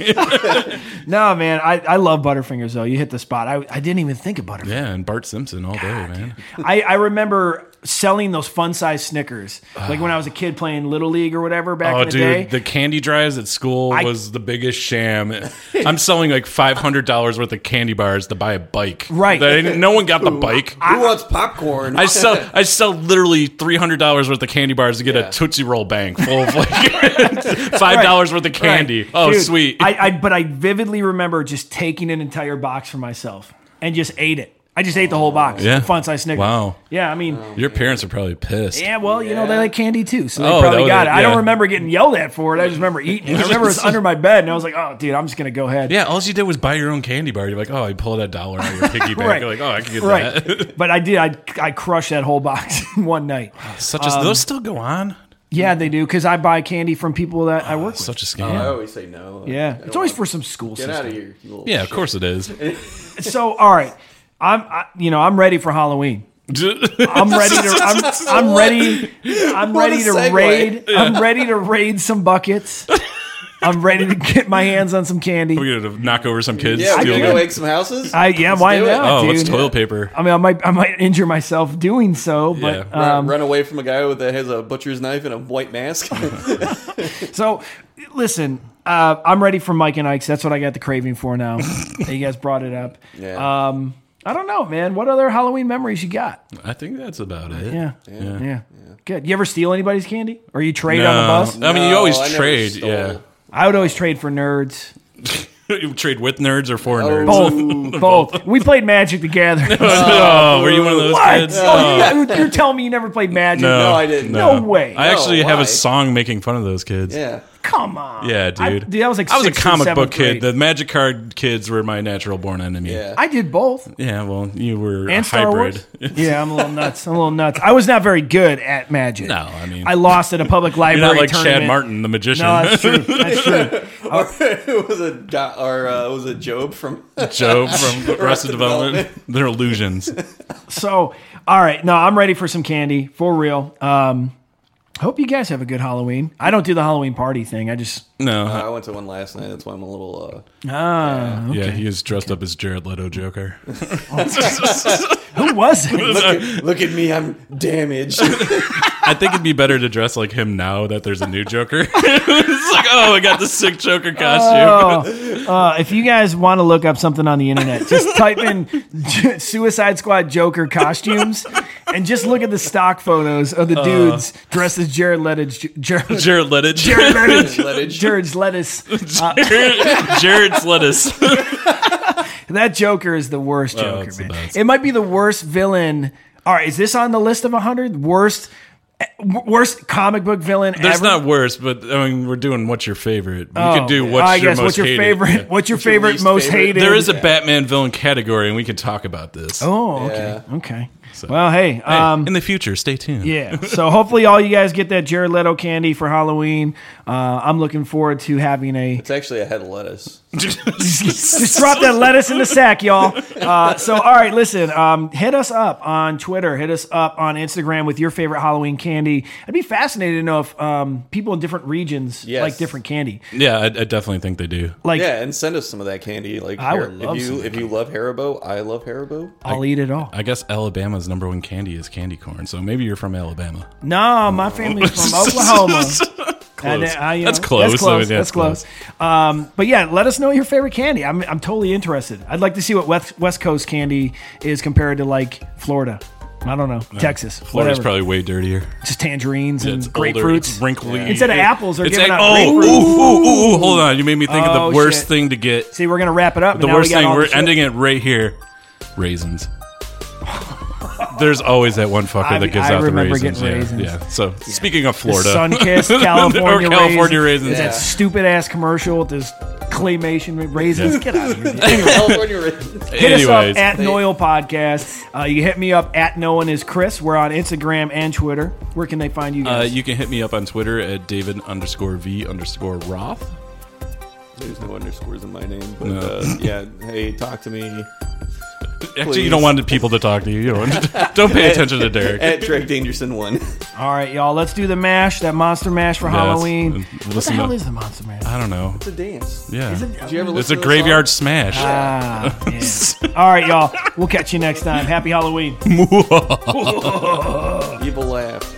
[SPEAKER 1] no, man, I, I love Butterfingers though. You hit the spot. I, I didn't even think of Butterfingers.
[SPEAKER 2] yeah, and Bart Simpson all day, man.
[SPEAKER 1] I, I remember selling those fun size Snickers, like when I was a kid playing Little League or whatever back
[SPEAKER 2] Oh,
[SPEAKER 1] in the
[SPEAKER 2] dude,
[SPEAKER 1] day.
[SPEAKER 2] the candy drives at school was the biggest sham. I'm selling like five hundred dollars worth of candy bars to buy a bike.
[SPEAKER 1] Right.
[SPEAKER 2] They- no one got the bike. I,
[SPEAKER 3] Who wants popcorn?
[SPEAKER 2] sell. I sell literally three hundred dollars worth of candy bars to get
[SPEAKER 3] Yeah.
[SPEAKER 2] a Tootsie Roll bank
[SPEAKER 1] [LAUGHS]
[SPEAKER 2] full of like five dollars worth of
[SPEAKER 1] Right.
[SPEAKER 2] candy. Oh,
[SPEAKER 1] Dude,
[SPEAKER 2] sweet.
[SPEAKER 1] I, I but I vividly remember just taking an entire box for myself and just ate it. I just ate the whole box.
[SPEAKER 2] Yeah.
[SPEAKER 1] Fun size Snickers.
[SPEAKER 2] Wow.
[SPEAKER 1] Yeah, I mean
[SPEAKER 2] Your parents are probably pissed.
[SPEAKER 1] Yeah, well, you know, they
[SPEAKER 3] Yeah.
[SPEAKER 1] like candy too, so they
[SPEAKER 2] Oh, that
[SPEAKER 1] probably
[SPEAKER 2] was
[SPEAKER 1] got
[SPEAKER 2] it,
[SPEAKER 1] it. I don't
[SPEAKER 2] yeah.
[SPEAKER 1] remember getting yelled at for it. I just remember eating it. I remember it was under my bed, and I was like, oh, dude, I'm just going to go ahead.
[SPEAKER 2] Yeah, all you did was buy your own candy bar. You're like, oh, I pulled that dollar out of
[SPEAKER 1] [LAUGHS]
[SPEAKER 2] your piggy bank.
[SPEAKER 1] Right.
[SPEAKER 2] You're like, oh, I can get that. [LAUGHS]
[SPEAKER 1] Right. but I did. I, I crushed that whole box [LAUGHS] in one night.
[SPEAKER 2] Such
[SPEAKER 1] Um,
[SPEAKER 2] as those still go on.
[SPEAKER 1] Yeah, they do, because I buy candy from people that I work with.
[SPEAKER 2] Such a
[SPEAKER 3] [LAUGHS] I
[SPEAKER 1] uh,
[SPEAKER 2] scam.
[SPEAKER 3] always say no. I
[SPEAKER 1] Yeah.
[SPEAKER 3] don't
[SPEAKER 1] It's always for
[SPEAKER 3] want-
[SPEAKER 1] some school
[SPEAKER 3] Get
[SPEAKER 1] system.
[SPEAKER 3] out of here. you little
[SPEAKER 2] yeah, of
[SPEAKER 3] shit.
[SPEAKER 2] course it is.
[SPEAKER 1] So, all right. I'm, I, you know, I'm ready for Halloween. I'm ready
[SPEAKER 3] [LAUGHS]
[SPEAKER 1] to. I'm, I'm ready. I'm
[SPEAKER 3] What a
[SPEAKER 1] ready to
[SPEAKER 3] segue.
[SPEAKER 1] raid. I'm ready to raid some buckets. I'm ready to get my hands on some candy.
[SPEAKER 2] We're gonna knock over some kids.
[SPEAKER 3] Yeah, we
[SPEAKER 2] steal
[SPEAKER 3] can
[SPEAKER 1] dude.
[SPEAKER 2] them.
[SPEAKER 3] go egg some houses.
[SPEAKER 1] I yeah, why
[SPEAKER 3] do it.
[SPEAKER 1] not?
[SPEAKER 2] oh, what's
[SPEAKER 1] dude?
[SPEAKER 2] toilet paper?
[SPEAKER 1] I mean, I might I might injure myself doing so, but
[SPEAKER 2] Yeah.
[SPEAKER 1] uh,
[SPEAKER 3] Run- run away from a guy with that has a butcher's knife and a white mask. [LAUGHS]
[SPEAKER 1] so listen. Uh, I'm ready for Mike and Ike's. That's what I got the craving for
[SPEAKER 3] [LAUGHS]
[SPEAKER 1] now. you guys brought it up.
[SPEAKER 3] yeah.
[SPEAKER 1] Um, I don't know, man. What other Halloween memories you got?
[SPEAKER 2] I think that's about it.
[SPEAKER 1] Yeah, yeah, Good. You ever steal anybody's candy, or you trade
[SPEAKER 2] No.
[SPEAKER 1] on the bus?
[SPEAKER 2] Um, I mean, you
[SPEAKER 3] No,
[SPEAKER 2] always
[SPEAKER 3] I never
[SPEAKER 2] trade.
[SPEAKER 3] stole.
[SPEAKER 2] Yeah,
[SPEAKER 1] I would always trade for nerds.
[SPEAKER 2] [LAUGHS] you trade with nerds or for
[SPEAKER 3] Oh.
[SPEAKER 1] Both,
[SPEAKER 2] nerds. [LAUGHS]
[SPEAKER 1] both. We played Magic together.
[SPEAKER 2] oh, were you one of those
[SPEAKER 1] What?
[SPEAKER 2] kids?
[SPEAKER 1] Oh, you, are telling me you never played Magic?
[SPEAKER 3] No, I didn't.
[SPEAKER 1] No way.
[SPEAKER 2] I actually
[SPEAKER 3] No,
[SPEAKER 2] have
[SPEAKER 3] why?
[SPEAKER 2] a song making fun of those kids.
[SPEAKER 3] yeah. [LAUGHS]
[SPEAKER 1] Come on.
[SPEAKER 2] Yeah,
[SPEAKER 1] I,
[SPEAKER 2] dude.
[SPEAKER 1] dude, that was like
[SPEAKER 2] I was a
[SPEAKER 1] sixth or
[SPEAKER 2] comic
[SPEAKER 1] seventh
[SPEAKER 2] book kid.
[SPEAKER 1] grade.
[SPEAKER 2] The Magic Card kids were my natural born enemy.
[SPEAKER 3] Yeah.
[SPEAKER 1] I did both.
[SPEAKER 2] Yeah, well, you were a
[SPEAKER 1] and Star
[SPEAKER 2] hybrid. [LAUGHS]
[SPEAKER 1] Wars. Yeah, I'm a little nuts. I'm a little nuts. I was not very good at magic.
[SPEAKER 2] No, I mean,
[SPEAKER 1] I lost at a public
[SPEAKER 2] you're
[SPEAKER 1] library
[SPEAKER 2] not like
[SPEAKER 1] tournament.
[SPEAKER 2] Chad Martin, the magician.
[SPEAKER 1] No, that's true. That's true.
[SPEAKER 3] Or it was a do- or uh, it was a Job from
[SPEAKER 2] [LAUGHS]
[SPEAKER 3] [LAUGHS]
[SPEAKER 2] Joe from Arrested Development. They're illusions.
[SPEAKER 3] [LAUGHS]
[SPEAKER 1] So, all right, no, I'm ready for some candy for real. Um, hope you guys have a good Halloween. I don't do the Halloween party thing. I just
[SPEAKER 2] No,
[SPEAKER 3] I went to one last night. That's why I'm a little. Uh,
[SPEAKER 1] ah,
[SPEAKER 2] yeah, he is dressed up as Jared Leto Joker. [LAUGHS]
[SPEAKER 1] who was it?
[SPEAKER 3] look, look at me, I'm
[SPEAKER 2] [LAUGHS]
[SPEAKER 3] damaged.
[SPEAKER 2] I think it'd be better to dress like him now that there's a new Joker. [LAUGHS] it's like, oh, I got the sick Joker costume.
[SPEAKER 1] Uh, if you guys want to look up something on the internet,
[SPEAKER 2] [LAUGHS]
[SPEAKER 1] just type in J- Suicide Squad Joker costumes and just look at the stock photos of the
[SPEAKER 2] Uh.
[SPEAKER 1] dudes dressed as Jared Leto.
[SPEAKER 2] [LAUGHS]
[SPEAKER 1] Jared,
[SPEAKER 2] Jared Leto.
[SPEAKER 1] Jared Leto.
[SPEAKER 3] Lettage.
[SPEAKER 1] Jared's lettuce.
[SPEAKER 2] [LAUGHS] Jared's lettuce.
[SPEAKER 1] That Joker is the worst Joker,
[SPEAKER 2] it's the
[SPEAKER 1] man.
[SPEAKER 2] best.
[SPEAKER 1] It might be the worst villain. All right, is this on the list of 100 worst eh, w- worst comic book villain
[SPEAKER 2] There's
[SPEAKER 1] ever?
[SPEAKER 2] not worse, but I mean, we're doing what's your favorite. You
[SPEAKER 1] Oh,
[SPEAKER 2] could do what's
[SPEAKER 1] I
[SPEAKER 2] your
[SPEAKER 1] guess
[SPEAKER 2] most
[SPEAKER 1] what's your
[SPEAKER 2] hated.
[SPEAKER 1] favorite?
[SPEAKER 2] Yeah.
[SPEAKER 1] What's your
[SPEAKER 3] your
[SPEAKER 1] favorite
[SPEAKER 3] least
[SPEAKER 1] most
[SPEAKER 3] favorite?
[SPEAKER 1] hated?
[SPEAKER 2] There is a Batman villain category, and we can talk about this.
[SPEAKER 1] Oh, okay. Okay. Well, hey,
[SPEAKER 2] Hey,
[SPEAKER 1] um
[SPEAKER 2] in the future, stay tuned.
[SPEAKER 1] yeah. [LAUGHS] So hopefully all you guys get that Jared Leto candy for Halloween. Uh, I'm looking forward to having a
[SPEAKER 3] It's actually a head of lettuce.
[SPEAKER 1] just drop that lettuce in the sack, y'all. Uh, so, all right, listen, um, hit us up on Twitter, hit us up on Instagram with your favorite Halloween candy. I'd be fascinated to know if um, people in different regions
[SPEAKER 3] Yes.
[SPEAKER 1] like different candy.
[SPEAKER 2] [LAUGHS] Yeah, I, I definitely think they do.
[SPEAKER 1] Like,
[SPEAKER 3] Yeah, and send us some of that candy. Like
[SPEAKER 1] I would
[SPEAKER 3] Har-
[SPEAKER 1] love
[SPEAKER 3] if
[SPEAKER 1] some
[SPEAKER 3] you
[SPEAKER 1] of
[SPEAKER 3] if you love Haribo, I love Haribo.
[SPEAKER 1] I'll eat it all.
[SPEAKER 2] I guess Alabama's number one candy is candy corn, so maybe you're from Alabama.
[SPEAKER 1] No, my family's from
[SPEAKER 2] [LAUGHS]
[SPEAKER 3] [LAUGHS]
[SPEAKER 1] Oklahoma. And, uh,
[SPEAKER 2] Close.
[SPEAKER 1] I, you
[SPEAKER 2] That's
[SPEAKER 1] know,
[SPEAKER 2] close.
[SPEAKER 1] That's
[SPEAKER 2] I mean,
[SPEAKER 1] close.
[SPEAKER 2] yeah,
[SPEAKER 1] That's
[SPEAKER 2] it's close.
[SPEAKER 1] close. Um, but yeah, let us know your favorite candy. I'm, I'm totally interested. I'd like to see what West, West Coast candy is compared to like Florida. I don't know. Texas.
[SPEAKER 2] Florida's
[SPEAKER 1] whatever.
[SPEAKER 2] probably way dirtier.
[SPEAKER 1] just tangerines and
[SPEAKER 2] It's older, it's
[SPEAKER 1] grapefruits.
[SPEAKER 2] wrinkly.
[SPEAKER 1] Instead of apples, they're
[SPEAKER 2] It's
[SPEAKER 1] giving
[SPEAKER 2] like,
[SPEAKER 1] out
[SPEAKER 2] oh,
[SPEAKER 1] grapefruit.
[SPEAKER 2] ooh, ooh, ooh, ooh, hold on. You made me think
[SPEAKER 1] Oh,
[SPEAKER 2] of the worst
[SPEAKER 1] shit.
[SPEAKER 2] thing to get.
[SPEAKER 1] See, we're gonna wrap it up.
[SPEAKER 2] The
[SPEAKER 1] and now we
[SPEAKER 2] worst
[SPEAKER 1] got
[SPEAKER 2] thing.
[SPEAKER 1] all
[SPEAKER 2] We're
[SPEAKER 1] the shit.
[SPEAKER 2] ending it right here. Raisins. There's always that one fucker
[SPEAKER 1] I-
[SPEAKER 2] that gives
[SPEAKER 1] I
[SPEAKER 2] out the
[SPEAKER 1] remember
[SPEAKER 2] raisins.
[SPEAKER 1] getting
[SPEAKER 2] yeah,
[SPEAKER 1] raisins.
[SPEAKER 2] yeah. So speaking of Florida,
[SPEAKER 1] Sunkissed
[SPEAKER 2] [LAUGHS] Or
[SPEAKER 1] California,
[SPEAKER 2] California
[SPEAKER 1] raisins.
[SPEAKER 2] raisins.
[SPEAKER 1] That stupid ass commercial with this claymation raisins.
[SPEAKER 2] Yeah.
[SPEAKER 1] Get out of here.
[SPEAKER 2] [LAUGHS]
[SPEAKER 3] California raisins.
[SPEAKER 1] Hit us
[SPEAKER 2] Anyways,
[SPEAKER 1] up at Noyle Podcast. Uh, you hit me up at Noah and his Chris. We're on Instagram and Twitter. Where can they find you
[SPEAKER 2] uh,
[SPEAKER 1] guys?
[SPEAKER 2] you can hit me up on Twitter at David underscore V underscore Roth.
[SPEAKER 3] There's no underscores in my name, but uh, yeah. Hey, talk to me
[SPEAKER 2] Actually,
[SPEAKER 3] Please.
[SPEAKER 2] you don't want people to talk to you. You don't, don't pay attention to
[SPEAKER 3] [LAUGHS]
[SPEAKER 2] Derek.
[SPEAKER 3] at Drake Dangerson one.
[SPEAKER 1] All right, y'all. Let's do the mash, that monster mash for
[SPEAKER 2] Yeah, it's-
[SPEAKER 1] Halloween.
[SPEAKER 2] and
[SPEAKER 1] What the
[SPEAKER 2] listen
[SPEAKER 1] hell
[SPEAKER 2] to-
[SPEAKER 1] is the monster mash?
[SPEAKER 2] I don't know.
[SPEAKER 3] The dance.
[SPEAKER 2] Yeah,
[SPEAKER 1] Is it-
[SPEAKER 3] Did you ever
[SPEAKER 2] it's
[SPEAKER 3] listen
[SPEAKER 2] a
[SPEAKER 3] to the
[SPEAKER 2] graveyard smash.
[SPEAKER 1] Ah,
[SPEAKER 3] [LAUGHS]
[SPEAKER 1] yeah. All right, y'all. We'll catch you next time. Happy Halloween.
[SPEAKER 3] song? Evil laugh.